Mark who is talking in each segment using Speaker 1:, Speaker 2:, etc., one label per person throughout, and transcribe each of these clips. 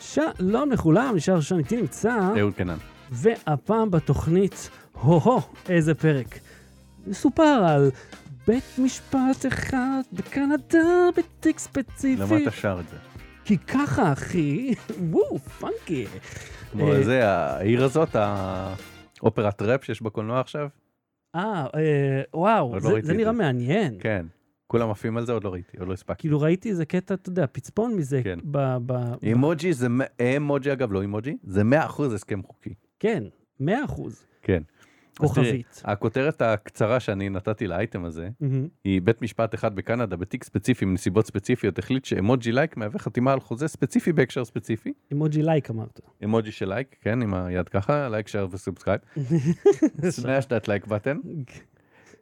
Speaker 1: שלום לכולם, לא, נשאר שם איתי נמצא,
Speaker 2: אהוד קנן.
Speaker 1: והפעם בתוכנית, הו-הו, איזה פרק. סופר על בית משפט אחד בקנדה בתיק
Speaker 2: למה
Speaker 1: ספציפי.
Speaker 2: אתה שר את זה?
Speaker 1: כי ככה, אחי, וואו, פאנקי.
Speaker 2: כמו
Speaker 1: אה,
Speaker 2: זה, העיר הזאת, האופרת ראפ שיש בקולנוע עכשיו?
Speaker 1: אה, אה, וואו,
Speaker 2: עוד לא
Speaker 1: זה-
Speaker 2: ראיתי
Speaker 1: זה
Speaker 2: את
Speaker 1: נראה
Speaker 2: זה.
Speaker 1: מעניין.
Speaker 2: כן. כולם עפים על זה? עוד לא ראיתי, עוד לא הספקתי.
Speaker 1: כאילו ראיתי איזה קטע, אתה יודע, פצפון מזה,
Speaker 2: כן.
Speaker 1: ב- ב-
Speaker 2: אימוג'י זה, מ- אימוג'י אגב, לא אימוג'י, זה 100% הסכם חוקי.
Speaker 1: כן, מאה אחוז.
Speaker 2: כן. אז תראי,
Speaker 1: כוכבית.
Speaker 2: הכותרת הקצרה שאני נתתי לאייטם הזה,
Speaker 1: מהמם.
Speaker 2: היא בית משפט אחד בקנדה בתיק ספציפי עם נסיבות ספציפיות החליט שאמוג'י לייק מהווה חתימה על חוזה ספציפי בהקשר ספציפי.
Speaker 1: אימוג'י לייק אמרת.
Speaker 2: אמוג'י של לייק, כן, עם היד ככה, לייק, שייר וסובסקרייב. שני השתת לייק בטן.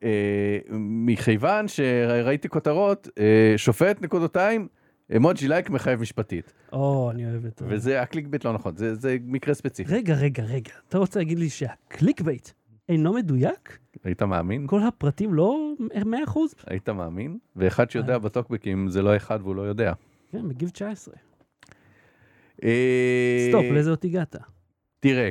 Speaker 2: אה, מכיוון שראיתי כותרות, אה, שופט נקודתיים, אמוג'י לייק מחייב משפטית.
Speaker 1: או, אני אוהב את זה.
Speaker 2: וזה הקליק ביט לא נכון, זה, זה מקרה ספציפי.
Speaker 1: רגע, רגע, רגע, אתה רוצה להגיד לי שהקליק בייט אינו מדויק?
Speaker 2: היית מאמין?
Speaker 1: כל הפרטים לא 100%?
Speaker 2: היית מאמין? ואחד שיודע בטוקבקים זה לא אחד והוא לא יודע.
Speaker 1: כן, מגיב 19.
Speaker 2: אה,
Speaker 1: סטופ, לאיזה עוד הגעת?
Speaker 2: תראה,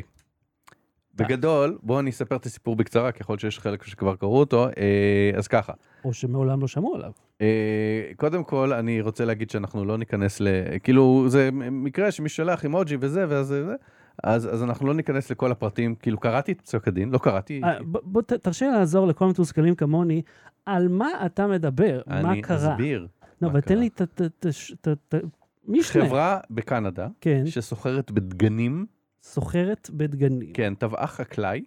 Speaker 2: בגדול, בואו אני אספר את הסיפור בקצרה, ככל שיש חלק שכבר קראו אותו, אה, אז ככה.
Speaker 1: או שמעולם לא שמעו עליו.
Speaker 2: אה, קודם כל, אני רוצה להגיד שאנחנו לא ניכנס ל... כאילו, זה מקרה שמישהו שלח אימוג'י וזה, ואז זה... אז, אז אנחנו לא ניכנס לכל הפרטים, כאילו קראתי את פסק הדין, לא קראתי,
Speaker 1: אה, ב- בוא, ת- תרשה לי לעזור לכל המתוסכלים כמוני, על מה אתה מדבר? מה
Speaker 2: אני
Speaker 1: קרה?
Speaker 2: אסביר.
Speaker 1: לא,
Speaker 2: מה
Speaker 1: אבל תן
Speaker 2: קרה.
Speaker 1: לי את ה... את ה- את הש- את ה- את ה- משנה.
Speaker 2: חברה בקנדה
Speaker 1: כן,
Speaker 2: שסוחרת בדגנים,
Speaker 1: סוחרת בדגנים.
Speaker 2: כן, טבעה חקלאי,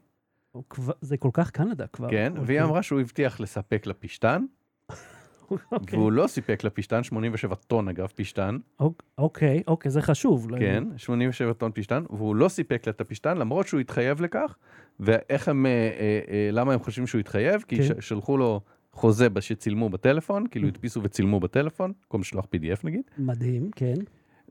Speaker 1: או כבר- זה כל כך קנדה כבר.
Speaker 2: כן, והיא
Speaker 1: אוקיי.
Speaker 2: אמרה שהוא הבטיח לספק לפשתן,
Speaker 1: אוקיי.
Speaker 2: והוא לא סיפק לפשתן, 87 טון אגב פשתן,
Speaker 1: אוק- אוקיי, אוקיי, זה חשוב. לא-
Speaker 2: כן, 87 טון פשתן, והוא לא סיפק לה את הפשתן, למרות שהוא התחייב לכך, ואיך הם, אה, אה, אה, למה הם חושבים שהוא התחייב? כי
Speaker 1: כן.
Speaker 2: ש- שלחו לו חוזה ב- שצילמו בטלפון, כאילו
Speaker 1: Mm.
Speaker 2: הדפיסו וצילמו בטלפון, במקום לשלוח PDF נגיד,
Speaker 1: מדהים, כן.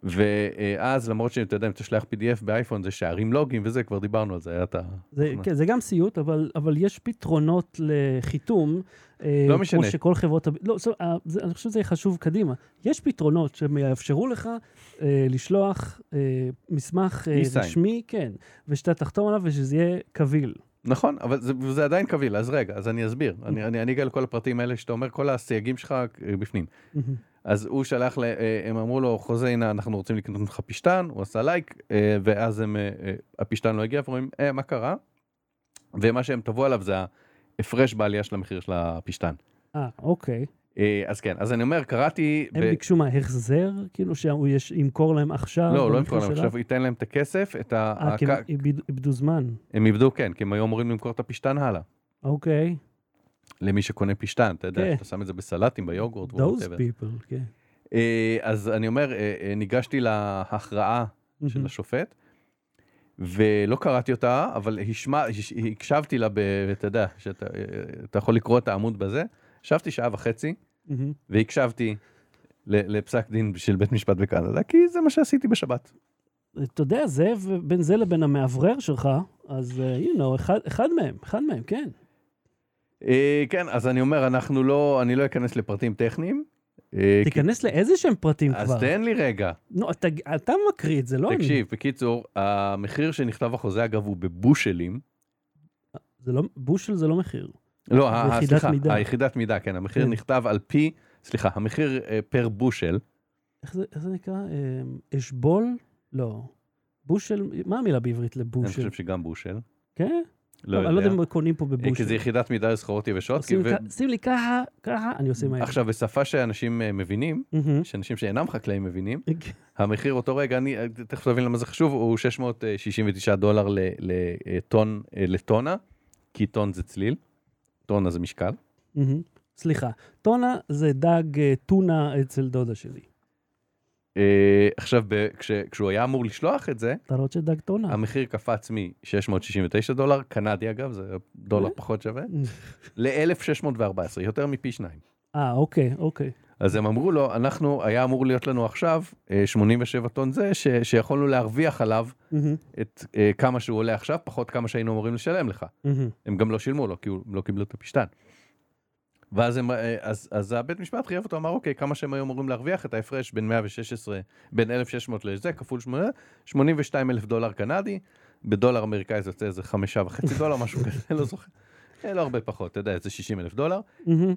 Speaker 2: ואז למרות שאתה יודע, אם תשלח PDF באייפון זה שערים לוגיים וזה, כבר דיברנו על זה, היה את ה...
Speaker 1: זה,
Speaker 2: נכון.
Speaker 1: כן, זה גם סיוט, אבל, אבל יש פתרונות לחיתום. אה,
Speaker 2: לא משנה.
Speaker 1: כמו שכל חברות... הב- לא, זאת, אה, זה, אני חושב שזה יהיה חשוב קדימה. יש פתרונות שיאפשרו לך אה, לשלוח אה, מסמך אה,
Speaker 2: E-sign.
Speaker 1: רשמי, כן, ושאתה תחתום עליו ושזה יהיה קביל.
Speaker 2: נכון, אבל זה, זה עדיין קביל, אז רגע, אז אני אסביר, אני, אני, אני אגע לכל הפרטים האלה שאתה אומר, כל הסייגים שלך אה, בפנים. אז הוא שלח, ל... אה, הם אמרו לו, חוזה, הנה, אנחנו רוצים לקנות ממך פשתן, הוא עשה לייק, אה, ואז הם, אה, אה, הפשתן לא הגיע, ואומרים, אה, מה קרה? ומה שהם טבעו עליו זה ההפרש בעלייה של המחיר של הפשתן.
Speaker 1: אה, אוקיי.
Speaker 2: אה, אז כן, אז אני אומר, קראתי...
Speaker 1: הם ביקשו מה, החזר? כאילו שהוא יש, ימכור להם עכשיו?
Speaker 2: לא, לא
Speaker 1: במחיר
Speaker 2: ימכור להם
Speaker 1: שלה?
Speaker 2: עכשיו, הוא ייתן להם את הכסף, את ה...
Speaker 1: אה, כי הם
Speaker 2: הכ-
Speaker 1: איבד- איבדו זמן.
Speaker 2: הם איבדו, כן, כי הם היו אמורים למכור את הפשתן הלאה.
Speaker 1: אוקיי.
Speaker 2: למי שקונה פשתן, אתה יודע,
Speaker 1: כן.
Speaker 2: אתה שם את זה בסלטים, ביוגורט,
Speaker 1: Those
Speaker 2: whatever.
Speaker 1: people, כן.
Speaker 2: אה, אז אני אומר, אה, אה, ניגשתי להכרעה של השופט, ולא קראתי אותה, אבל השמע, הש- הקשבתי לה, ב- אתה יודע, שאתה אה, אתה יכול לקרוא את העמוד בזה. ישבתי שעה וחצי,
Speaker 1: מהמם.
Speaker 2: והקשבתי ל- לפסק דין של בית משפט בקנדה, כי זה מה שעשיתי בשבת.
Speaker 1: אתה יודע, זה ו- בין זה לבין המאוורר שלך, אז אה, you know, אחד, אחד מהם, אחד מהם, כן.
Speaker 2: אה, כן, אז אני אומר, אנחנו לא, אני לא אכנס לפרטים טכניים. אה, כי-
Speaker 1: תיכנס לאיזה שהם פרטים
Speaker 2: אז
Speaker 1: כבר.
Speaker 2: תן לי רגע,
Speaker 1: נו, אתה, אתה מקריא את זה, לא אני.
Speaker 2: תקשיב, בקיצור, המחיר שנכתב החוזה, אגב, הוא בבושלים.
Speaker 1: זה לא, בושל זה לא מחיר.
Speaker 2: לא, ה-
Speaker 1: יחידת
Speaker 2: סליחה,
Speaker 1: מידה.
Speaker 2: היחידת מידה, כן, המחיר
Speaker 1: כן.
Speaker 2: נכתב על פי, סליחה, המחיר אה, פר בושל,
Speaker 1: איך זה, איך זה נקרא? אה, אשבול? לא. בושל, מה המילה בעברית
Speaker 2: אני
Speaker 1: לבושל?
Speaker 2: חושב שגם בושל.
Speaker 1: כן? טוב,
Speaker 2: לא
Speaker 1: אני לא
Speaker 2: יודע.
Speaker 1: יודע אם קונים פה
Speaker 2: אה, כי
Speaker 1: בבושל.
Speaker 2: זה יחידת מידה לסחורות יבשות. כי-
Speaker 1: עושים
Speaker 2: ו-
Speaker 1: כ- שים לי ככה, ככה, אני עושה מהר.
Speaker 2: עכשיו, בשפה שאנשים אה, מבינים,
Speaker 1: מהמם.
Speaker 2: שאנשים שאינם חקלאים מבינים, המחיר אותו רגע, אני אה, תכף תבין למה זה חשוב, הוא 669 דולר ל- ל- אה, טון, אה, לטונה, כי טון זה צליל, טונה זה משקל.
Speaker 1: מהמם. סליחה, טונה זה דג אה, טונה אצל דודה שלי.
Speaker 2: אה, עכשיו, ב- כש- כשהוא היה אמור לשלוח את זה,
Speaker 1: אתה רוצה דג טונה?
Speaker 2: המחיר קפץ מ-669 דולר, קנדי אגב, זה דולר
Speaker 1: אה?
Speaker 2: פחות שווה, ל-1614, יותר מפי שניים.
Speaker 1: אה, אוקיי, אוקיי.
Speaker 2: אז הם אמרו לו, אנחנו, היה אמור להיות לנו עכשיו אה, 87 טון זה, ש- שיכולנו להרוויח עליו
Speaker 1: מהמם.
Speaker 2: את אה, כמה שהוא עולה עכשיו, פחות כמה שהיינו אמורים לשלם לך.
Speaker 1: מהמם.
Speaker 2: הם גם לא שילמו לו, כי הוא- הם לא קיבלו את הפשתן. ואז הם, אה, אז, אז הבית משפט חייב אותו, אמר אוקיי, כמה שהם היו אמורים להרוויח את ההפרש בין 116, בין 1,600 לזה, כפול 8, 82 אלף דולר קנדי, בדולר אמריקאי זה יוצא איזה חמישה וחצי דולר, משהו כזה, לא זוכר. אה, לא הרבה פחות, אתה יודע, איזה 60 אלף דולר.
Speaker 1: מהמם.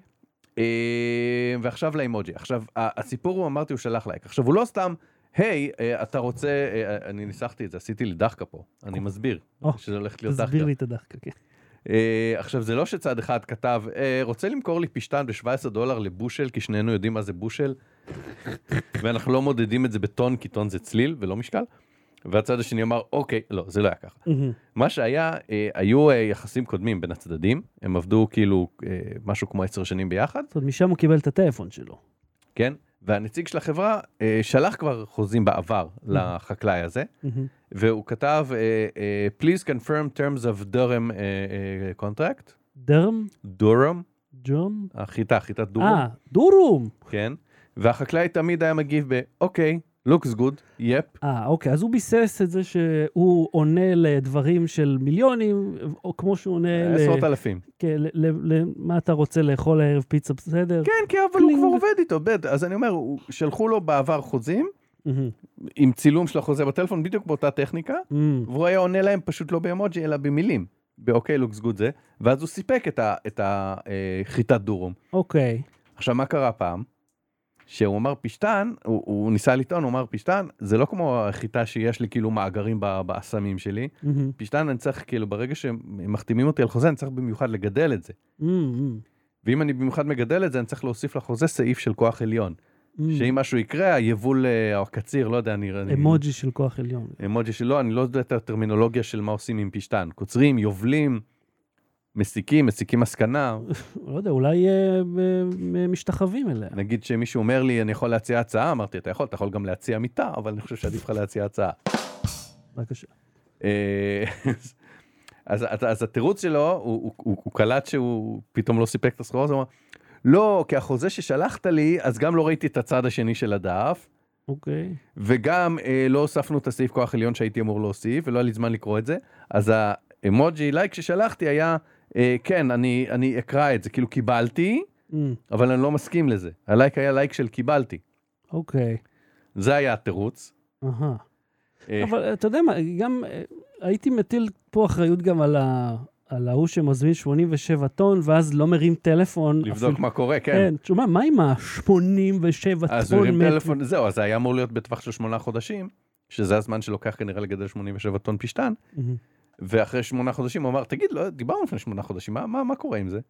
Speaker 2: אה, ועכשיו לאימוג'י. עכשיו, ה- הסיפור הוא, אמרתי, הוא שלח לייק. עכשיו, הוא לא סתם, היי, אה, אתה רוצה, אה, אני ניסחתי את זה, עשיתי לי דחקה פה. אני מסביר,
Speaker 1: או,
Speaker 2: שזה הולך להיות דחקה.
Speaker 1: תסביר לי את הדחקה, כן.
Speaker 2: אה, עכשיו, זה לא שצד אחד כתב, אה, רוצה למכור לי פשטן ב-17 דולר לבושל, כי שנינו יודעים מה זה בושל, ואנחנו לא מודדים את זה בטון, כי טון זה צליל ולא משקל. והצד השני אמר, אוקיי, לא, זה לא היה ככה.
Speaker 1: מהמם.
Speaker 2: מה שהיה, אה, היו אה, יחסים קודמים בין הצדדים, הם עבדו כאילו אה, משהו כמו עשר שנים ביחד.
Speaker 1: זאת אומרת, משם הוא קיבל את הטלפון שלו.
Speaker 2: כן? והנציג של החברה אה, שלח כבר חוזים בעבר
Speaker 1: Mm.
Speaker 2: לחקלאי הזה,
Speaker 1: מהמם.
Speaker 2: והוא כתב, אה, אה, Please confirm terms of Durham אה, אה, contract,
Speaker 1: דרם?
Speaker 2: Durham,
Speaker 1: ג'ום?
Speaker 2: החיטה, חיטת דורום,
Speaker 1: אה, דורום!
Speaker 2: כן? והחקלאי תמיד היה מגיב ב, אוקיי, looks good, יפ,
Speaker 1: אה, אוקיי, אז הוא ביסס את זה שהוא עונה לדברים של מיליונים, או כמו שהוא עונה ל-
Speaker 2: אה, עשרות אלפים.
Speaker 1: כן, ל- ל- למה אתה רוצה לאכול הערב פיצה בסדר?
Speaker 2: כן, כי אבל הוא
Speaker 1: קלינג.
Speaker 2: כבר עובד איתו, בד, אז אני אומר, הוא- שלחו לו בעבר חוזים,
Speaker 1: מהמם.
Speaker 2: עם צילום של החוזה בטלפון, בדיוק באותה טכניקה,
Speaker 1: מהמם.
Speaker 2: והוא היה עונה להם פשוט לא באמוג'י אלא במילים. באוקיי לוקס גוד זה, ואז הוא סיפק את ה- את החיטת דורום.
Speaker 1: אוקיי.
Speaker 2: עכשיו מה קרה פעם? שהוא אמר פשטן, הוא, הוא ניסה לטעון, הוא אמר פשטן, זה לא כמו החיטה שיש לי כאילו מאגרים ב- באסמים שלי.
Speaker 1: מהמם.
Speaker 2: פשטן אני צריך כאילו ברגע שמחתימים אותי על חוזה אני צריך במיוחד לגדל את זה.
Speaker 1: מהמם. מהמם.
Speaker 2: ואם אני במיוחד מגדל את זה אני צריך להוסיף לחוזה סעיף של כוח עליון. שאם משהו יקרה היבול אה, או הקציר לא יודע אני... אני-
Speaker 1: אמוג'י של כוח עליון.
Speaker 2: אמוג'י שלא, אני לא יודע את הטרמינולוגיה של מה עושים עם פשטן. קוצרים, יובלים, מסיקים, מסיקים מסקנה.
Speaker 1: לא יודע, אולי אה, אה, אה, משתחווים אליה.
Speaker 2: נגיד שמישהו אומר לי, אני יכול להציע הצעה, אמרתי, אתה יכול, אתה יכול גם להציע מיטה, אבל אני חושב שעדיף לך להציע הצעה.
Speaker 1: בבקשה.
Speaker 2: אה, אז- אז, אז, אז התירוץ שלו, הוא, הוא, הוא, הוא קלט שהוא פתאום לא סיפק את הסחורה, אז הוא אמר, לא, כי החוזה ששלחת לי, אז גם לא ראיתי את הצד השני של הדף,
Speaker 1: אוקיי.
Speaker 2: וגם אה, לא הוספנו את הסעיף כוח עליון שהייתי אמור להוסיף ולא היה לי זמן לקרוא את זה אז האמוג'י לייק ששלחתי היה אה, כן אני אני אקרא את זה כאילו קיבלתי
Speaker 1: מהמם.
Speaker 2: אבל אני לא מסכים לזה הלייק היה לייק של קיבלתי
Speaker 1: אוקיי.
Speaker 2: זה היה התירוץ.
Speaker 1: אהה.
Speaker 2: אה,
Speaker 1: אבל אתה יודע מה, גם אה, הייתי מטיל פה אחריות גם על ה... על ההוא שמזמין 87 טון, ואז לא מרים טלפון.
Speaker 2: לבדוק
Speaker 1: אפילו-
Speaker 2: מה קורה כן
Speaker 1: כן, תשמע, מה עם ה-87
Speaker 2: אז הוא
Speaker 1: טון
Speaker 2: הרים
Speaker 1: מת-
Speaker 2: טלפון זהו אז זה היה אמור להיות בטווח של שמונה חודשים שזה הזמן שלוקח כנראה לגדל 87 טון פשטן
Speaker 1: מהמם.
Speaker 2: ואחרי שמונה חודשים הוא אמר תגיד לא דיברנו לפני שמונה חודשים מה מה מה קורה עם זה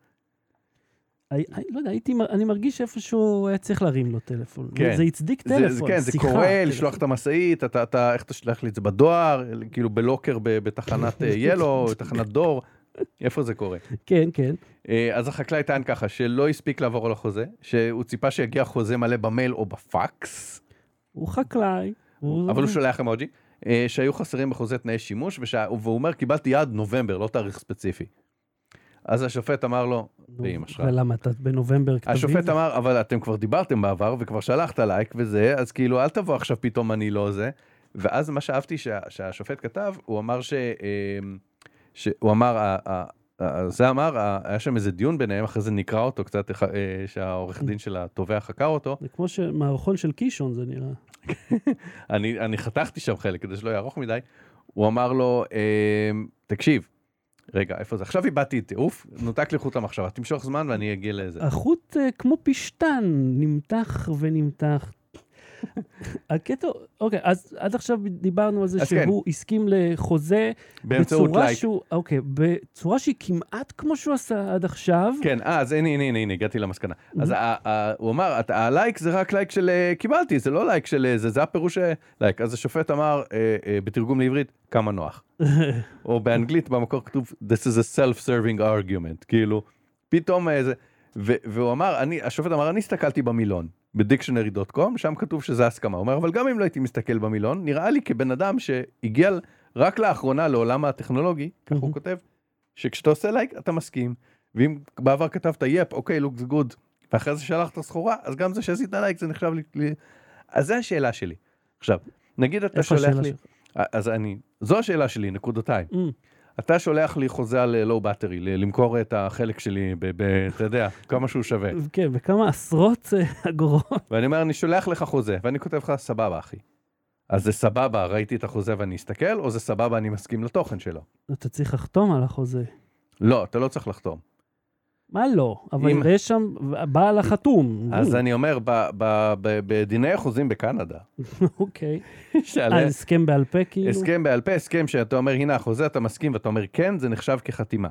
Speaker 1: הי- הי- לא יודע, הייתי, מ- אני מרגיש איפשהו היה צריך להרים לו טלפון.
Speaker 2: כן.
Speaker 1: זה הצדיק
Speaker 2: זה- זה-
Speaker 1: טלפון,
Speaker 2: כן, זה
Speaker 1: שיחה,
Speaker 2: קורה
Speaker 1: טלפון.
Speaker 2: לשלוח את המשאית, אתה, אתה, איך אתה שולח לי את זה בדואר, כאילו בלוקר ב- בתחנת אה, ילו, תחנת דור, איפה זה קורה?
Speaker 1: כן, כן.
Speaker 2: אה, אז החקלאי טען ככה, שלא הספיק לעבור על החוזה, שהוא ציפה שיגיע חוזה מלא במייל או בפקס,
Speaker 1: הוא חקלאי.
Speaker 2: אבל הוא שולח אמוג'י, אה, שהיו חסרים בחוזה תנאי שימוש, ושה- והוא אומר, קיבלתי יעד נובמבר, לא תאריך ספציפי. אז השופט אמר לו,
Speaker 1: נו,
Speaker 2: באמא שלך.
Speaker 1: ולמה אתה בנובמבר כתבי?
Speaker 2: השופט
Speaker 1: זה?
Speaker 2: אמר, אבל אתם כבר דיברתם בעבר וכבר שלחת לייק וזה, אז כאילו אל תבוא עכשיו פתאום אני לא זה. ואז מה שאהבתי שה, שהשופט כתב, הוא אמר ש... אמ, ש- הוא אמר, ה- ה- ה- זה אמר, ה- היה שם איזה דיון ביניהם, אחרי זה נקרא אותו קצת, איך- אה, שהעורך דין של התובע חקר אותו.
Speaker 1: זה כמו שמערכון של קישון זה נראה.
Speaker 2: אני, אני חתכתי שם חלק כדי שלא יהיה ארוך מדי. הוא אמר לו, אמ, תקשיב, רגע, איפה זה? עכשיו איבדתי את תעוף, נותק לי חוט המחשבה, תמשוך זמן ואני אגיע לזה.
Speaker 1: החוט אה, כמו פשטן, נמתח ונמתח. הקטע, אוקיי, אז עד עכשיו דיברנו על זה
Speaker 2: אז כן.
Speaker 1: שהוא הסכים לחוזה
Speaker 2: באמצעות
Speaker 1: בצורה
Speaker 2: לייק.
Speaker 1: שהוא, אוקיי, בצורה שהיא כמעט כמו שהוא עשה עד עכשיו.
Speaker 2: כן, אה, אז הנה, הנה, הנה, הנה, הגעתי למסקנה. אז
Speaker 1: Mhm.
Speaker 2: ה- ה- הוא אמר, "אתה- הלייק זה רק לייק של אה, קיבלתי, זה לא לייק של אה, זה, זה הפירוש אה, לייק. אז השופט אמר, אה, אה, בתרגום לעברית, כמה נוח. או באנגלית, במקור כתוב, This is a self-serving argument, כאילו, פתאום אה, זה... ו- והוא אמר, אני, השופט אמר, אני הסתכלתי במילון, בדיקשנרי.קום, שם כתוב שזה הסכמה. הוא אומר, אבל גם אם לא הייתי מסתכל במילון, נראה לי כבן אדם שהגיע ל- רק לאחרונה לעולם הטכנולוגי, ככה הוא
Speaker 1: Mhm.
Speaker 2: כותב, שכשאתה עושה לייק אתה מסכים, ואם בעבר כתבת יפ, אוקיי, לוקס גוד, ואחרי זה שלחת סחורה, אז גם זה שעשית לייק זה נחשב לי... לי... אז זה השאלה שלי. עכשיו, נגיד אתה
Speaker 1: איפה
Speaker 2: שולח
Speaker 1: השאלה
Speaker 2: לי... אה, כן.
Speaker 1: שלך?
Speaker 2: אז אני... זו השאלה שלי, נקודתיים.
Speaker 1: אמ,
Speaker 2: אתה שולח לי חוזה על אה, לואו באטרי, למכור את החלק שלי, ב- ב- אתה יודע, כמה שהוא שווה.
Speaker 1: כן, בכמה עשרות אה, אגורות.
Speaker 2: ואני אומר, אני שולח לך חוזה, ואני כותב לך, סבבה, אחי. אז זה סבבה, ראיתי את החוזה ואני אסתכל, או זה סבבה, אני מסכים לתוכן שלו?
Speaker 1: אתה צריך לחתום על החוזה.
Speaker 2: לא, אתה לא צריך לחתום.
Speaker 1: מה לא?
Speaker 2: אם-
Speaker 1: אבל יש שם בעל החתום.
Speaker 2: אז
Speaker 1: הוא.
Speaker 2: אני אומר, ב- ב- ב- בדיני החוזים בקנדה,
Speaker 1: אוקיי.
Speaker 2: שעל
Speaker 1: על הסכם בעל פה כאילו?
Speaker 2: הסכם בעל פה, הסכם שאתה אומר, הנה החוזה, אתה מסכים, ואתה אומר, כן, זה נחשב כחתימה.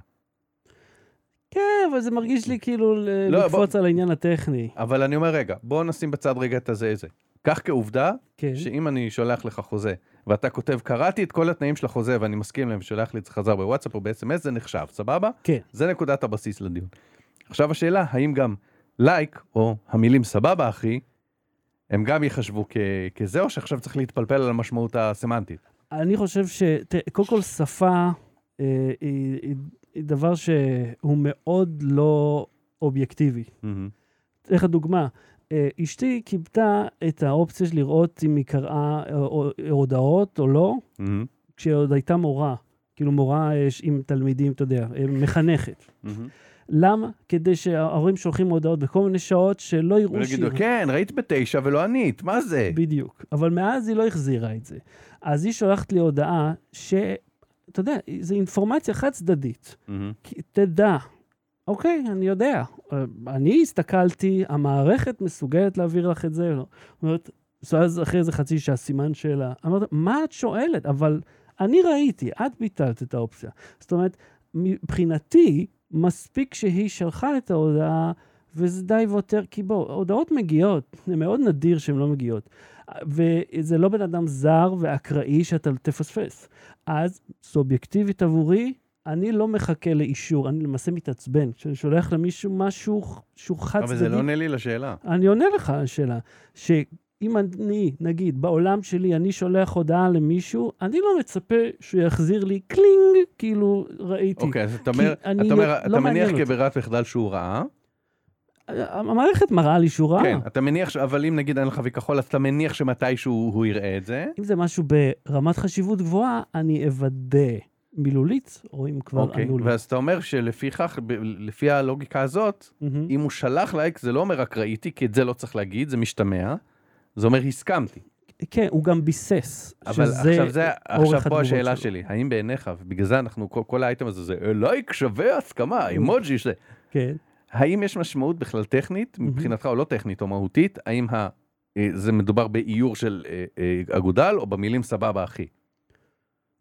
Speaker 1: כן, אבל זה מרגיש לי כאילו ל-
Speaker 2: לא,
Speaker 1: לקפוץ על העניין הטכני.
Speaker 2: אבל אני אומר, רגע, בוא נשים בצד רגע את הזה זה. קח כעובדה,
Speaker 1: כן.
Speaker 2: שאם אני שולח לך חוזה, ואתה כותב, קראתי את כל התנאים של החוזה ואני מסכים להם, ושולח לי את זה חזר בוואטסאפ או ב-SMS, זה נחשב, סבבה?
Speaker 1: כן.
Speaker 2: זה נקודת הבסיס לדיון. עכשיו השאלה, האם גם לייק, או המילים סבבה אחי, הם גם ייחשבו כ- כזה, או שעכשיו צריך להתפלפל על המשמעות הסמנטית?
Speaker 1: אני חושב ש... תראה, קודם כל שפה אה, היא, היא, היא דבר שהוא מאוד לא אובייקטיבי. אתן לך דוגמה. אה, אשתי קיבלה את האופציה של לראות אם היא קראה אה, או- הודעות או לא,
Speaker 2: Mm-hmm.
Speaker 1: כשהיא עוד הייתה מורה. כאילו מורה אה, ש- עם תלמידים, אתה יודע, אה, מחנכת.
Speaker 2: Mm-hmm.
Speaker 1: למה? כדי שההורים שולחים הודעות בכל מיני שעות שלא יראו
Speaker 2: ויגידו, כן, ראית בתשע ולא ענית, מה זה?
Speaker 1: בדיוק. אבל מאז היא לא החזירה את זה. אז היא שולחת לי הודעה ש... אתה יודע, זו אינפורמציה חד-צדדית.
Speaker 2: מהמם.
Speaker 1: כי תדע. אוקיי, אני יודע. אה, אני הסתכלתי, המערכת מסוגלת להעביר לך את זה. לא. זאת אומרת, אז אחרי איזה חצי שעה סימן שאלה. אמרת, מה את שואלת? אבל אני ראיתי, את ביטלת את האופציה. זאת אומרת, מבחינתי, מספיק שהיא שלחה את ההודעה, וזה די ויותר, כי בוא, הודעות מגיעות, זה מאוד נדיר שהן לא מגיעות. וזה לא בן אדם זר ואקראי שאתה תפספס. אז, סובייקטיבית עבורי, אני לא מחכה לאישור, אני למעשה מתעצבן. כשאני שולח למישהו משהו שהוא חד-צדדי...
Speaker 2: אבל זה לא עונה לי לשאלה.
Speaker 1: אני עונה לך על השאלה, שאם אני, נגיד, בעולם שלי, אני שולח הודעה למישהו, אני לא מצפה שהוא יחזיר לי קלינג, כאילו, ראיתי.
Speaker 2: אוקיי, אז אתה אומר,
Speaker 1: כי אני
Speaker 2: אתה
Speaker 1: לא-
Speaker 2: אומר,
Speaker 1: לא
Speaker 2: אתה מניח
Speaker 1: מעניין אותי.
Speaker 2: כברירת מחדל שהוא ראה,
Speaker 1: המערכת מראה לי שהוא ראה.
Speaker 2: כן, אתה מניח, ש- אבל אם נגיד אין לך וכחול, אז אתה מניח שמתישהו הוא יראה את זה.
Speaker 1: אם זה משהו ברמת חשיבות גבוהה, אני אוודא מילולית, או אם כבר
Speaker 2: אוקיי,
Speaker 1: ענו לי.
Speaker 2: ואז אתה אומר שלפיכך, ב- לפי הלוגיקה הזאת,
Speaker 1: מהמם.
Speaker 2: אם הוא שלח לייק, זה לא אומר רק ראיתי, כי את זה לא צריך להגיד, זה משתמע. זה אומר הסכמתי.
Speaker 1: כן, הוא גם ביסס.
Speaker 2: אבל
Speaker 1: שזה
Speaker 2: עכשיו זה,
Speaker 1: אורך
Speaker 2: עכשיו פה
Speaker 1: התגובות
Speaker 2: השאלה
Speaker 1: שלו.
Speaker 2: שלי, האם בעיניך, ובגלל זה אנחנו, כל- כל האייטם הזה, זה "אה, לייק שווה הסכמה, אימוג'י, זה.
Speaker 1: כן.
Speaker 2: האם יש משמעות בכלל טכנית, מבחינתך או לא טכנית או מהותית, האם ה- אה, זה מדובר באיור של אה, אה, אגודל או במילים סבבה אחי?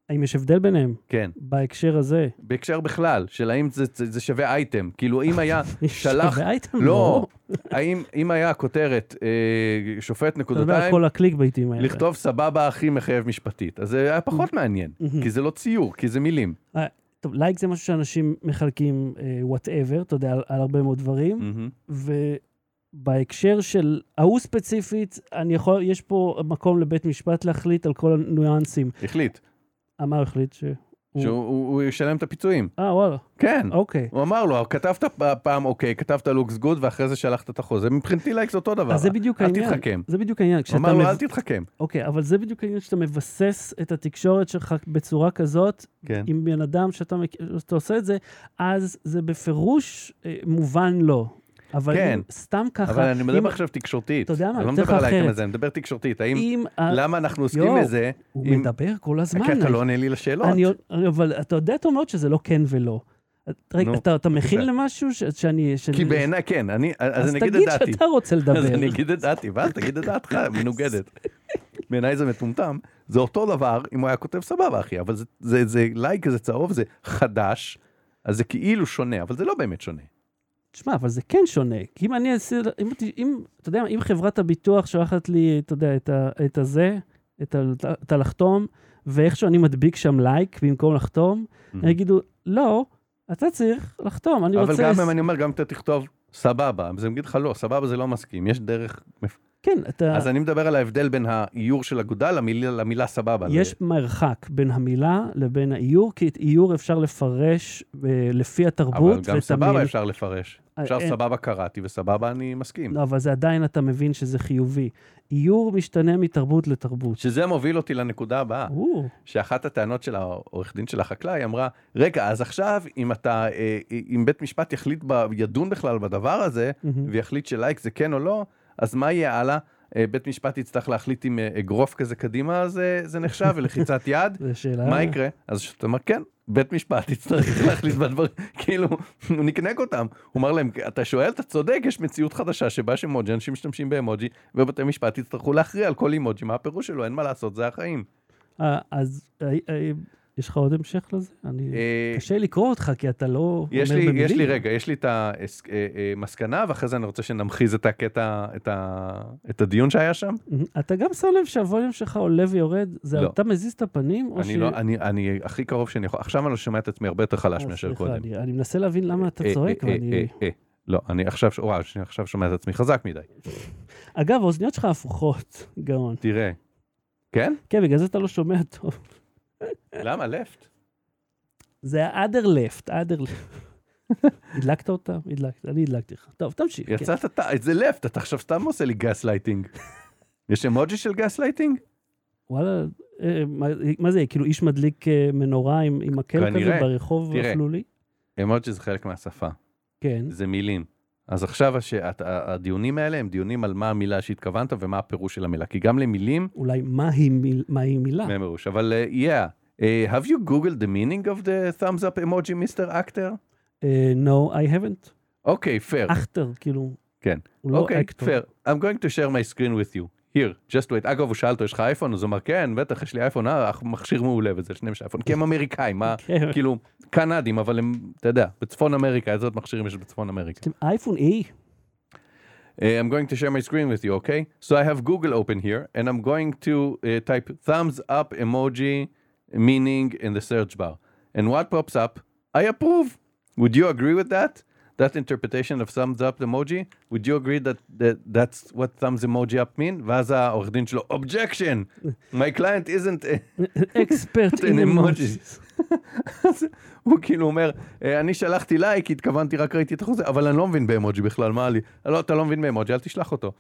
Speaker 1: האם יש הבדל ביניהם?
Speaker 2: כן.
Speaker 1: בהקשר הזה.
Speaker 2: בהקשר בכלל, של האם זה, זה, זה שווה אייטם, כאילו אם היה שלח,
Speaker 1: שווה אייטם?
Speaker 2: לא, האם אם היה כותרת אה, שופט
Speaker 1: אתה מדבר על
Speaker 2: נקודתיים,
Speaker 1: כל הקליק בייטים האלה.
Speaker 2: לכתוב סבבה אחי מחייב משפטית, אז זה היה פחות מעניין,
Speaker 1: מהמם.
Speaker 2: כי זה לא ציור, כי זה מילים.
Speaker 1: טוב, לייק זה משהו שאנשים מחלקים וואטאבר, אתה יודע, על, על הרבה מאוד דברים,
Speaker 2: מהמם.
Speaker 1: ובהקשר של ההוא ספציפית, אני יכול, יש פה מקום לבית משפט להחליט על כל הניואנסים.
Speaker 2: החליט,
Speaker 1: אה, מה הוא החליט? ש... הוא-
Speaker 2: שהוא הוא- הוא ישלם את הפיצויים,
Speaker 1: אה, וואלה,
Speaker 2: כן.
Speaker 1: אוקיי.
Speaker 2: הוא אמר לו, כתבת פ- פעם אוקיי, כתבת לוקס גוד, ואחרי זה שלחת את החוזה. מבחינתי לייק זה אותו דבר.
Speaker 1: אז זה בדיוק העניין.
Speaker 2: אל תתחכם.
Speaker 1: זה בדיוק העניין.
Speaker 2: הוא
Speaker 1: כשאתה
Speaker 2: אמר
Speaker 1: מב-
Speaker 2: לו, אל תתחכם.
Speaker 1: אוקיי, אבל זה בדיוק העניין שאתה מבסס את התקשורת שלך בצורה כזאת,
Speaker 2: כן.
Speaker 1: עם בן אדם שאתה מכיר, שאתה עושה את זה, אז זה בפירוש אה, מובן לו. אבל
Speaker 2: כן.
Speaker 1: אם סתם ככה,
Speaker 2: אבל אני
Speaker 1: אם-
Speaker 2: מדבר עכשיו תקשורתית.
Speaker 1: אתה יודע מה,
Speaker 2: אני לא
Speaker 1: אני אתן
Speaker 2: מדבר
Speaker 1: לך
Speaker 2: על האייטם
Speaker 1: אחרת.
Speaker 2: הזה, אני מדבר תקשורתית. האם,
Speaker 1: אם... ה-
Speaker 2: למה אנחנו עוסקים
Speaker 1: יואו,
Speaker 2: בזה?
Speaker 1: הוא
Speaker 2: אם-
Speaker 1: מדבר כל הזמן.
Speaker 2: כי אתה לא עונה לי לשאלות.
Speaker 1: אני עוד- אבל אתה יודע טוב מאוד שזה לא כן ולא. רגע,
Speaker 2: נו,
Speaker 1: אתה- אתה מכין
Speaker 2: בסדר.
Speaker 1: למשהו ש- שאני... שאני-
Speaker 2: כי בעיניי כן, אני, אז
Speaker 1: אז
Speaker 2: אני אגיד את
Speaker 1: תגיד
Speaker 2: דעתי.
Speaker 1: שאתה רוצה
Speaker 2: אז
Speaker 1: לדבר.
Speaker 2: אני אגיד את דעתי, ואז תגיד את דעתך, מנוגדת. בעיניי זה מטומטם. זה אותו דבר אם הוא היה כותב סבבה אחי, אבל זה, זה, זה לייק, זה צהוב, זה חדש, אז זה כאילו שונה, אבל זה לא באמת שונה.
Speaker 1: תשמע, אבל זה כן שונה. כי אם אני אעשה... אם, אם, אתה יודע, מה, אם חברת הביטוח שולחת לי, אתה יודע, את, ה, את הזה, את, ה, את הלחתום, ואיכשהו אני מדביק שם לייק במקום לחתום, הם יגידו, לא, אתה צריך לחתום, אני
Speaker 2: Mm. אבל
Speaker 1: רוצה...
Speaker 2: גם אם אני אומר, גם אם אתה תכתוב סבבה, אז הם יגיד לך לא, סבבה זה לא מסכים, יש דרך,
Speaker 1: כן, אתה...
Speaker 2: אז אני מדבר על ההבדל בין האיור של אגודה למילה, למילה סבבה.
Speaker 1: יש מרחק בין המילה לבין האיור, כי את איור אפשר לפרש אה, לפי התרבות.
Speaker 2: אבל גם
Speaker 1: ואת
Speaker 2: סבבה
Speaker 1: המיל-
Speaker 2: אפשר לפרש.
Speaker 1: אה,
Speaker 2: אפשר
Speaker 1: אין-
Speaker 2: סבבה קראתי וסבבה אני מסכים.
Speaker 1: לא, אבל זה עדיין אתה מבין שזה חיובי. איור משתנה מתרבות לתרבות. אה,
Speaker 2: שזה מוביל אותי לנקודה הבאה,
Speaker 1: או,
Speaker 2: שאחת הטענות של העורך דין של החקלאי אמרה, רגע, אז עכשיו אם אתה, אה, אם בית משפט יחליט, ב, ידון בכלל בדבר הזה,
Speaker 1: מהמם.
Speaker 2: ויחליט שלייק זה כן או לא, אז מה יהיה הלאה? אה, בית משפט יצטרך להחליט אם אה, אגרוף כזה קדימה זה, זה נחשב ולחיצת יד,
Speaker 1: זו שאלה...
Speaker 2: מה יקרה? אז אתה אומר כן, בית משפט יצטרך להחליט בדברים, כאילו, הוא נקנק אותם. הוא אמר להם, אתה שואל, אתה צודק, יש מציאות חדשה שבה יש אמוג'י, אנשים משתמשים באמוג'י, ובתי משפט יצטרכו להכריע על כל אימוג'י, מה הפירוש שלו, אין מה לעשות, זה החיים.
Speaker 1: אה, אז אה, אה, יש לך עוד המשך לזה? אני...
Speaker 2: אה,
Speaker 1: קשה לקרוא אותך, כי אתה לא אומר
Speaker 2: יש לי,
Speaker 1: במילים.
Speaker 2: יש לי רגע, יש לי את המסקנה, ואחרי זה אני רוצה שנמחיז את הקטע, את, ה, את הדיון שהיה שם.
Speaker 1: מהמם. אתה גם שם לב שהווליום שלך עולה ויורד? זה
Speaker 2: לא.
Speaker 1: אתה מזיז את הפנים? או
Speaker 2: אני,
Speaker 1: ש-
Speaker 2: לא, אני, אני הכי קרוב שאני יכול, עכשיו אני לא שומע את עצמי הרבה יותר
Speaker 1: אה,
Speaker 2: חלש מאשר
Speaker 1: סליחה,
Speaker 2: קודם.
Speaker 1: אני- אני מנסה להבין למה אתה
Speaker 2: אה,
Speaker 1: צועק,
Speaker 2: אה, אה,
Speaker 1: ואני...
Speaker 2: אה, אה. לא, אני עכשיו, וואו, אני עכשיו שומע את עצמי חזק מדי.
Speaker 1: אגב, האוזניות שלך הפוכות, גאון.
Speaker 2: תראה. כן?
Speaker 1: כן, בגלל זה אתה לא שומע טוב.
Speaker 2: למה? לפט.
Speaker 1: זה ה-other left, other left. הדלקת אותה? הדלקת, אני הדלקתי לך. טוב, תמשיך. כן.
Speaker 2: יצאת, אתה- זה לפט, אתה עכשיו סתם עושה לי גס לייטינג. יש אמוג'י של גס לייטינג?
Speaker 1: וואלה, אה, מה- מה זה, כאילו איש מדליק אה, מנורה עם עם מקל כזה
Speaker 2: כנראה.
Speaker 1: ברחוב
Speaker 2: תראה.
Speaker 1: אפלולי?
Speaker 2: אמוג'י זה חלק מהשפה,
Speaker 1: כן.
Speaker 2: זה מילים. אז עכשיו הש- הת- ה- הדיונים האלה הם דיונים על מה המילה שהתכוונת ומה הפירוש של המילה, כי גם למילים
Speaker 1: אולי מהי מיל- מהי מילה?
Speaker 2: הם פירוש. אבל אה, yeah, אה, have you googled the meaning of the thumbs up emoji, Mr. actor?
Speaker 1: אה, No, I haven't.
Speaker 2: אוקיי, fair.
Speaker 1: אכטר, כאילו.
Speaker 2: כן.
Speaker 1: הוא לא
Speaker 2: אוקיי,
Speaker 1: אקטור.
Speaker 2: fair. I'm going to share my screen with you. here, just wait. אגב, הוא שאל אותו, יש לך אייפון? אז הוא אמר, כן, בטח, יש לי אייפון, אה, מכשיר מעולה וזה, שניהם יש אייפון, כי הם אמריקאים, מה?
Speaker 1: כן.
Speaker 2: כאילו קנדים אבל הם אתה יודע בצפון אמריקה איזה עוד מכשירים יש בצפון אמריקה.
Speaker 1: אתם אייפון אי?
Speaker 2: Uh, I'm going to share my screen with you okay so I have Google open here and I'm going to uh, type thumbs up emoji meaning in the search bar and what pops up I approve would you agree with that that interpretation of thumbs up emoji would you agree that, that that's what thumbs emoji up mean ואז העורך דין שלו objection my client isn't a-
Speaker 1: אקספרט
Speaker 2: אין
Speaker 1: אין
Speaker 2: emojis.
Speaker 1: אמוג'יס.
Speaker 2: אז הוא כאילו אומר, "אה, אני שלחתי לייק, התכוונתי, רק ראיתי את החוזה, אבל אני לא מבין באמוג'י בכלל, מה לי? לא, אתה לא מבין באמוג'י, אל תשלח אותו.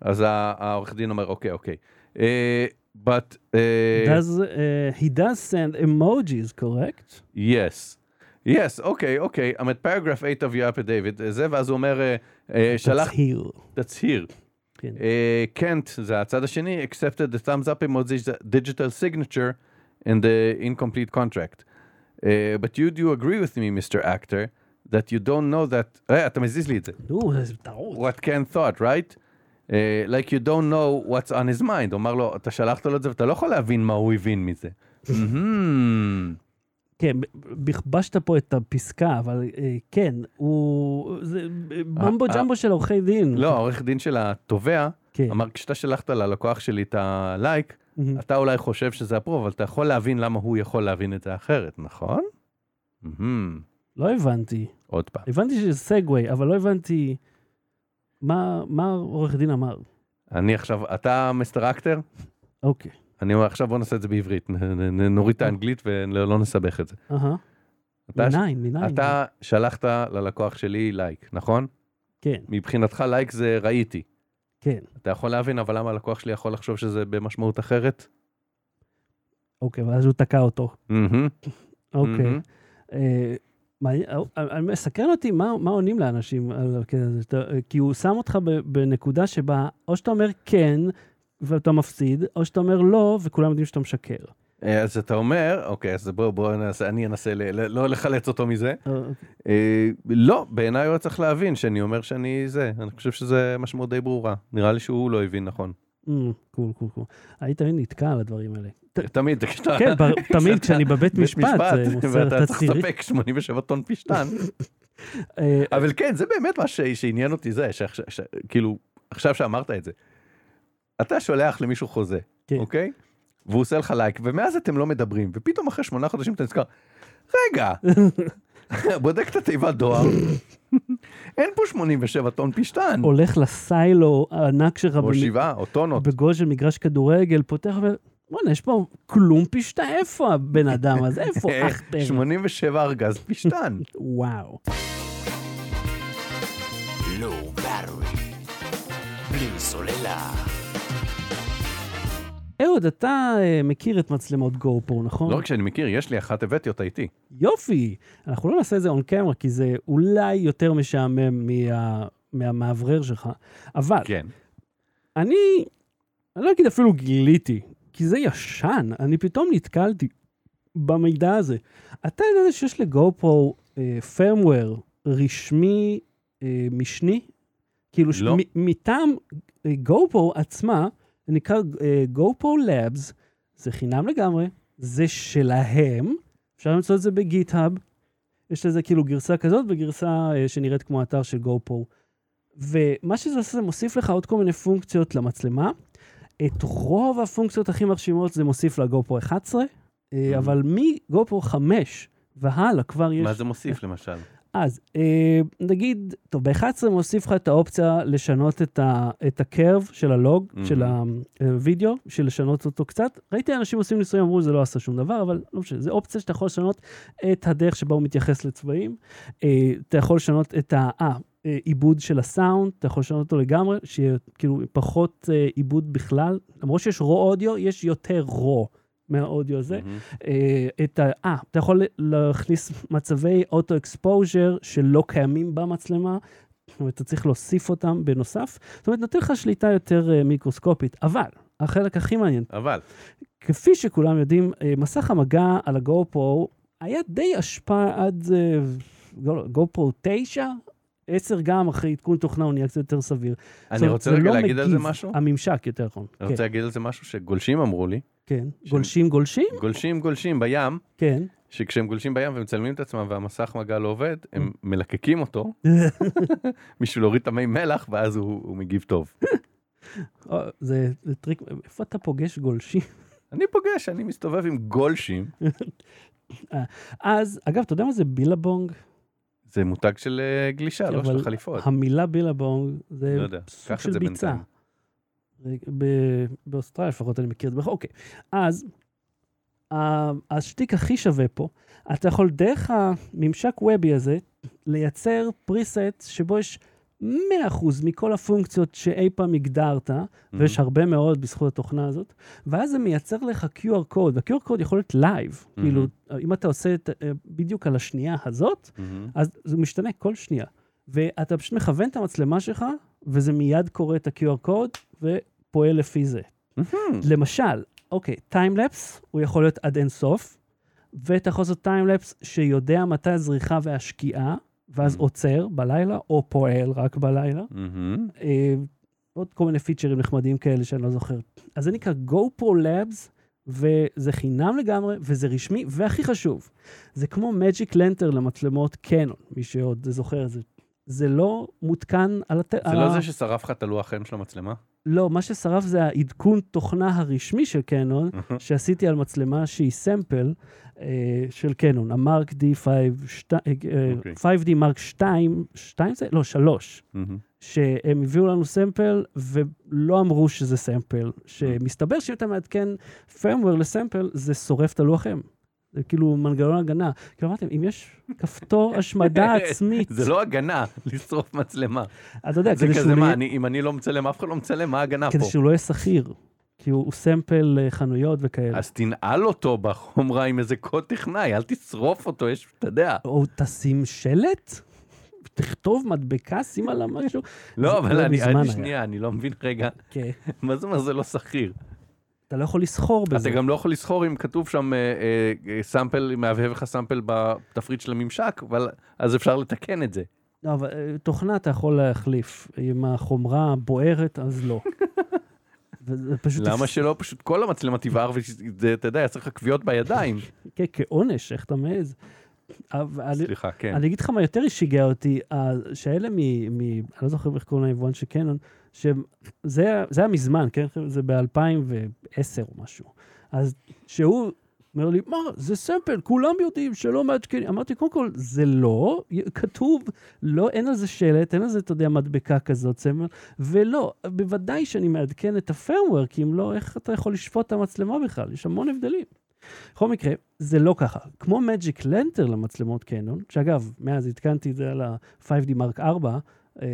Speaker 2: אז ה- העורך דין אומר, אוקיי, אוקיי. אה, But, אה,
Speaker 1: does uh, he does send emojis, correct?
Speaker 2: yes. Yes, אוקיי, אוקיי, I'm at paragraph 8 of your affidavit, אה, זה, ואז הוא אומר, אה, אה, שלח
Speaker 1: here.
Speaker 2: תצהיר.
Speaker 1: כן.
Speaker 2: אה, קנט, זה הצד השני, accepted the thumbs up emoji the digital signature and the incomplete contract. אה, but you do agree with me, Mr. Actor, that you don't know that... אה, אתה מזיז לי את זה.
Speaker 1: נו, זה טעות.
Speaker 2: What Ken thought, right? אה, like you don't know what's on his mind. הוא אמר לו, אתה שלחת לו את זה ואתה לא יכול להבין מה הוא הבין מזה. Mm-hmm. מהמם.
Speaker 1: כן, בכבשת פה את הפסקה, אבל אה, כן, הוא... זה אה, במבו
Speaker 2: אה,
Speaker 1: ג'מבו של עורכי דין.
Speaker 2: לא, העורך דין של התובע
Speaker 1: כן.
Speaker 2: אמר, כשאתה שלחת ללקוח שלי את הלייק,
Speaker 1: מהמם.
Speaker 2: אתה אולי חושב שזה הפרו, אבל אתה יכול להבין למה הוא יכול להבין את זה אחרת, נכון? מהמם.
Speaker 1: לא הבנתי.
Speaker 2: עוד פעם.
Speaker 1: הבנתי שזה סגווי, אבל לא הבנתי מה מה עורך דין אמר.
Speaker 2: אני עכשיו, אתה מיסטר אקטר?
Speaker 1: אוקיי.
Speaker 2: אני אומר, עכשיו בוא נעשה את זה בעברית, נ- נ- נ- נוריד את האנגלית ולא לא נסבך את זה.
Speaker 1: אהה.
Speaker 2: אתה-
Speaker 1: מניין, מניין.
Speaker 2: אתה שלחת ללקוח שלי לייק, נכון?
Speaker 1: כן,
Speaker 2: מבחינתך לייק זה ראיתי.
Speaker 1: כן.
Speaker 2: אתה יכול להבין, אבל למה הלקוח שלי יכול לחשוב שזה במשמעות אחרת?
Speaker 1: אוקיי, ואז הוא תקע אותו.
Speaker 2: מהמם,
Speaker 1: אוקיי.
Speaker 2: מהמם.
Speaker 1: אה, מעניין- אה, אה, מסקרן אותי מה מה עונים לאנשים על הקטע הזה, שאתה- אה, כי הוא שם אותך ב- בנקודה שבה או שאתה אומר כן ואתה מפסיד, או שאתה אומר לא וכולם יודעים שאתה משקר.
Speaker 2: אה, אז אתה אומר, אוקיי, אז בוא, בוא, נעשה- אני אנסה ל- ל- לא לחלץ אותו מזה.
Speaker 1: אה,
Speaker 2: אה, לא, בעיניי הוא היה צריך להבין שאני אומר שאני זה. אני חושב שזה משמעות די ברורה. נראה לי שהוא לא הבין נכון.
Speaker 1: אמ, קול, קול, קול. אני תמיד נתקע על הדברים האלה. ת-
Speaker 2: תמיד, כשאתה...
Speaker 1: כן, בר- תמיד כשאני בבית
Speaker 2: בית
Speaker 1: משפט, זה מוסר
Speaker 2: ואתה צריך
Speaker 1: תצהירים.
Speaker 2: לספק 87 טון פשטן.
Speaker 1: אה,
Speaker 2: אבל כן, זה באמת מה ש- שעניין אותי זה, שעכשיו- ש- כאילו, עכשיו שאמרת את זה. אתה שולח למישהו חוזה,
Speaker 1: כן.
Speaker 2: אוקיי? והוא עושה לך לייק, ומאז אתם לא מדברים, ופתאום אחרי שמונה חודשים אתה נזכר, רגע, בודק את התיבת דואר, אין פה 87 טון פשטן,
Speaker 1: הולך לסיילו הענק שלך
Speaker 2: או
Speaker 1: במ-
Speaker 2: שבעה, או טונות.
Speaker 1: בגול של מגרש כדורגל, פותח ואומר, בואנה, יש פה כלום פשטה, איפה הבן אדם הזה? איפה אכטר?
Speaker 2: 87 אה, ארגז פשטן.
Speaker 1: וואו.
Speaker 3: לואו בטרי, לא בלי סוללה.
Speaker 1: אהוד, אתה אה, מכיר את מצלמות גו פרו, נכון?
Speaker 2: לא רק שאני מכיר, יש לי אחת, הבאתי אותה איתי.
Speaker 1: יופי! אנחנו לא נעשה את זה און קמרה, כי זה אולי יותר משעמם מה... מהמאוורר שלך. אבל
Speaker 2: כן.
Speaker 1: אני, אני לא אגיד אפילו גיליתי, כי זה ישן, אני פתאום נתקלתי במידע הזה. אתה יודע שיש לגו פרו פרמוור רשמי אה, משני? כאילו, ש-
Speaker 2: לא.
Speaker 1: מ- מטעם גו פרו עצמה, זה נקרא גו פרו לאבס, זה חינם לגמרי, זה שלהם, אפשר למצוא את זה בגיט-האב, יש לזה כאילו גרסה כזאת וגרסה אה, שנראית כמו אתר של גו פרו. ומה שזה עושה, זה מוסיף לך עוד כל מיני פונקציות למצלמה. את רוב הפונקציות הכי מרשימות זה מוסיף לגו פרו 11, אה,
Speaker 2: Mhm.
Speaker 1: אבל מגו פרו 5 והלאה כבר יש...
Speaker 2: מה זה מוסיף למשל?
Speaker 1: אז אה, נגיד, טוב, ב-11 מוסיף לך את האופציה לשנות את, ה, את הקרב של הלוג,
Speaker 2: Mhm.
Speaker 1: mm-hmm. של הווידאו, של לשנות אותו קצת. ראיתי אנשים עושים ניסויים, אמרו, זה לא עשה שום דבר, אבל לא משנה, זו אופציה שאתה יכול לשנות את הדרך שבה הוא מתייחס לצבעים. אה, אתה יכול לשנות את ה... אה, אה, עיבוד של הסאונד, אתה יכול לשנות אותו לגמרי, שיהיה כאילו פחות אה, עיבוד בכלל. למרות שיש רו אודיו, יש יותר רו מהאודיו הזה.
Speaker 2: מהמם.
Speaker 1: אה, את ה... אה, אתה יכול להכניס מצבי אוטו אקספוז'ר שלא קיימים במצלמה, זאת אומרת, אתה צריך להוסיף אותם בנוסף. זאת אומרת, נותן לך שליטה יותר אה, מיקרוסקופית, אבל החלק הכי מעניין,
Speaker 2: אבל,
Speaker 1: כפי שכולם יודעים, אה, מסך המגע על הגו פרו היה די השפעה עד אה, גו פרו 9, 10 גם אחרי עדכון תוכנה הוא נהיה קצת יותר סביר. זאת
Speaker 2: אני
Speaker 1: אומרת,
Speaker 2: רוצה
Speaker 1: זה
Speaker 2: רגע
Speaker 1: לא
Speaker 2: להגיד על זה אה,
Speaker 1: מגיב,
Speaker 2: משהו.
Speaker 1: הממשק יותר נכון.
Speaker 2: אני
Speaker 1: כן,
Speaker 2: רוצה להגיד על זה משהו שגולשים אמרו לי.
Speaker 1: כן.
Speaker 2: ש-
Speaker 1: גולשים גולשים?
Speaker 2: גולשים גולשים בים,
Speaker 1: כן.
Speaker 2: שכשהם גולשים בים ומצלמים את עצמם והמסך מגע לא עובד, הם מלקקים אותו בשביל להוריד את המי מלח, ואז הוא הוא מגיב טוב.
Speaker 1: או, אה, זה זה טריק, איפה אתה פוגש גולשים?
Speaker 2: אני פוגש, אני מסתובב עם גולשים.
Speaker 1: אז, אגב, אתה יודע מה זה בילבונג?
Speaker 2: זה מותג של אה, גלישה, לא
Speaker 1: אבל
Speaker 2: של חליפות.
Speaker 1: המילה בילבונג זה
Speaker 2: לא יודע,
Speaker 1: סוג
Speaker 2: קח
Speaker 1: של
Speaker 2: את זה
Speaker 1: ביצה.
Speaker 2: בינתיים.
Speaker 1: רגע, ב- באוסטרליה לפחות אני מכיר את זה. בכל- אוקיי, אז ה- השטיק הכי שווה פה, אתה יכול דרך הממשק וובי הזה לייצר פריסט שבו יש 100% מכל הפונקציות שאי פעם הגדרת, ויש הרבה מאוד בזכות התוכנה הזאת, ואז זה מייצר לך QR קוד, וה-QR קוד יכול להיות לייב,
Speaker 2: Mhm.
Speaker 1: כאילו, אם אתה עושה את, אה, בדיוק על השנייה הזאת,
Speaker 2: מהמם, מהמם.
Speaker 1: אז זה משתנה כל שנייה. ואתה פשוט מכוון את המצלמה שלך, וזה מיד קורא את ה-QR קוד, ופועל לפי זה.
Speaker 2: מהמם.
Speaker 1: למשל, אוקיי, טיימלפס, הוא יכול להיות עד אין סוף, ואתה יכול לעשות טיימלפס שיודע מתי הזריחה והשקיעה, ואז
Speaker 2: Mhm.
Speaker 1: עוצר בלילה, או פועל רק בלילה.
Speaker 2: מהמם.
Speaker 1: אה, עוד כל מיני פיצ'רים נחמדים כאלה שאני לא זוכר. אז זה נקרא GoPro Labs, וזה חינם לגמרי, וזה רשמי, והכי חשוב, זה כמו Magic Lantern למצלמות קנון, מי שעוד זוכר את זה. זה לא מותקן על הת...
Speaker 2: זה לא זה ששרף לך את הלוח חן של המצלמה?
Speaker 1: לא, מה ששרף זה העדכון תוכנה הרשמי של קנון, שעשיתי על מצלמה שהיא סמפל אה, של קנון, המרק D5, שתי- אה,
Speaker 2: אוקיי.
Speaker 1: 5D מרק 2, 2 זה? לא, 3.
Speaker 2: מהמם.
Speaker 1: שהם הביאו לנו סמפל ולא אמרו שזה סמפל, שמסתבר שאם אתה מעדכן firmware לסמפל, זה שורף את הלוח אם. זה כאילו מנגנון הגנה. כאילו אמרתם, אם יש כפתור השמדה עצמית,
Speaker 2: זה לא הגנה, לשרוף מצלמה.
Speaker 1: אתה יודע,
Speaker 2: זה
Speaker 1: כדי שהוא
Speaker 2: כזה
Speaker 1: לא
Speaker 2: מה,
Speaker 1: יהיה-
Speaker 2: אני- אם אני לא מצלם, אף אחד לא מצלם, מה ההגנה
Speaker 1: כדי
Speaker 2: פה?
Speaker 1: שהוא לא יהיה שכיר, כי הוא הוא סמפל אה, חנויות וכאלה.
Speaker 2: אז תנעל אותו בחומרה עם איזה קוד טכנאי, אל תשרוף אותו, יש, אתה יודע.
Speaker 1: או תשים שלט, תכתוב מדבקה, שים עליו משהו. זה-
Speaker 2: לא, אבל
Speaker 1: זה
Speaker 2: אני,
Speaker 1: מזמן
Speaker 2: אני
Speaker 1: היה.
Speaker 2: שנייה, אני לא מבין רגע,
Speaker 1: כן.
Speaker 2: מה זה מה זה לא שכיר?
Speaker 1: אתה לא יכול לסחור בזה.
Speaker 2: אתה גם לא יכול לסחור אם כתוב שם אה, אה, אה, סאמפל, מהבהב לך סאמפל בתפריט של הממשק, אבל אז אפשר לתקן את זה.
Speaker 1: לא, אבל אה, תוכנה אתה יכול להחליף. אם החומרה בוערת, אז לא. וזה פשוט...
Speaker 2: למה שלא פשוט כל המצלמה תבער, ואתה יודע, יעשה לך כוויות בידיים.
Speaker 1: כן, כעונש, איך אתה מעז? אבל-
Speaker 2: סליחה, כן.
Speaker 1: אני אגיד לך מה יותר שיגע אותי, ה- שאלה מ... מ- אני לא זוכר איך קוראים ליבואן של קנון, שהם- זה היה- זה היה מזמן, כן? חבר'ה? זה ב-2010 או משהו. אז שהוא אומר לי, מה, זה סמפל, כולם יודעים שלא מעדכנים. אמרתי, קודם כל, זה לא, כתוב, לא, אין על זה שלט, אין על זה, אתה יודע, מדבקה כזאת, סמל, ולא, בוודאי שאני מעדכן את הפרמוור, כי אם לא, איך אתה יכול לשפוט את המצלמה בכלל? יש המון הבדלים. בכל מקרה, זה לא ככה. כמו מג'יק לנטר למצלמות קנון, שאגב, מאז התקנתי את זה על ה-5D מרק 4, אה,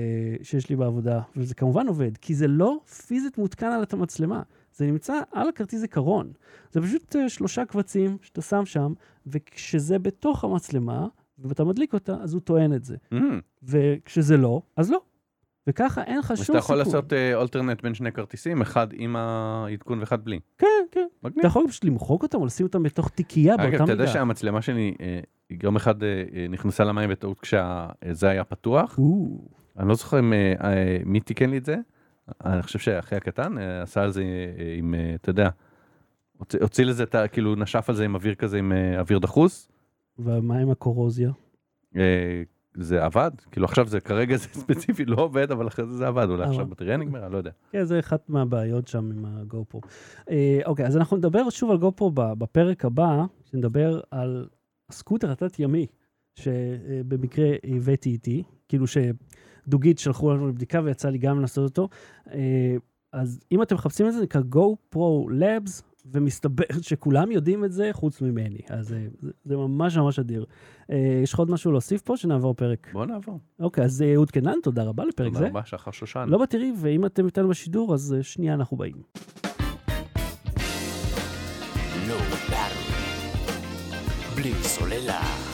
Speaker 1: שיש לי בעבודה, וזה כמובן עובד, כי זה לא פיזית מותקן על את המצלמה. זה נמצא על הכרטיס זיכרון. זה פשוט אה, שלושה קבצים שאתה שם שם, וכשזה בתוך המצלמה, ואתה מדליק אותה, אז הוא טוען את זה.
Speaker 2: אמ,
Speaker 1: וכשזה לא, אז לא. וככה אין לך שום
Speaker 2: אז
Speaker 1: סיכון.
Speaker 2: אתה יכול לעשות אה, אולטרנט בין שני כרטיסים, אחד עם העדכון ואחד בלי.
Speaker 1: כן, כן.
Speaker 2: מגניב.
Speaker 1: אתה יכול פשוט למחוק אותם או לשים אותם בתוך תיקייה באותה מידה.
Speaker 2: אגב, אתה יודע שהמצלמה שלי אה, יום אחד אה, אה, נכנסה למים בטעות כשזה היה פתוח?
Speaker 1: או,
Speaker 2: אני לא זוכר אם, אה, אה, מי תיקן לי את זה. אני חושב שהאחי הקטן אה, עשה על זה אה, עם, אה, אתה יודע, הוציא- הוציא לזה, את ה- כאילו נשף על זה עם אוויר כזה, עם אה, אוויר דחוס.
Speaker 1: ומה עם הקורוזיה?
Speaker 2: אה, זה עבד? כאילו עכשיו זה כרגע זה ספציפי לא עובד, אבל אחרי זה זה עבד, אולי עכשיו
Speaker 1: עבד.
Speaker 2: בטריה נגמרה, לא יודע.
Speaker 1: כן, זה אחת מהבעיות שם עם הגופו. אה, אוקיי, אז אנחנו נדבר שוב על גופו ב- בפרק הבא, שנדבר על הסקוטר התת-ימי, שבמקרה הבאתי איתי, כאילו שדוגית שלחו לנו לבדיקה ויצא לי גם לעשות אותו. אה, אז אם אתם מחפשים את זה, זה נקרא GoPro Labs, ומסתבר שכולם יודעים את זה חוץ ממני. אז אה, זה- זה ממש ממש אדיר. אה, יש לך עוד משהו להוסיף פה, שנעבור פרק?
Speaker 2: בוא נעבור.
Speaker 1: אוקיי, אז אה, אהוד קנן, תודה רבה לפרק זה.
Speaker 2: תודה רבה, שחר שושן.
Speaker 1: לא בתראי, ואם אתם איתנו בשידור, אז אה, שנייה אנחנו באים.
Speaker 3: Low battery. בלי סוללה.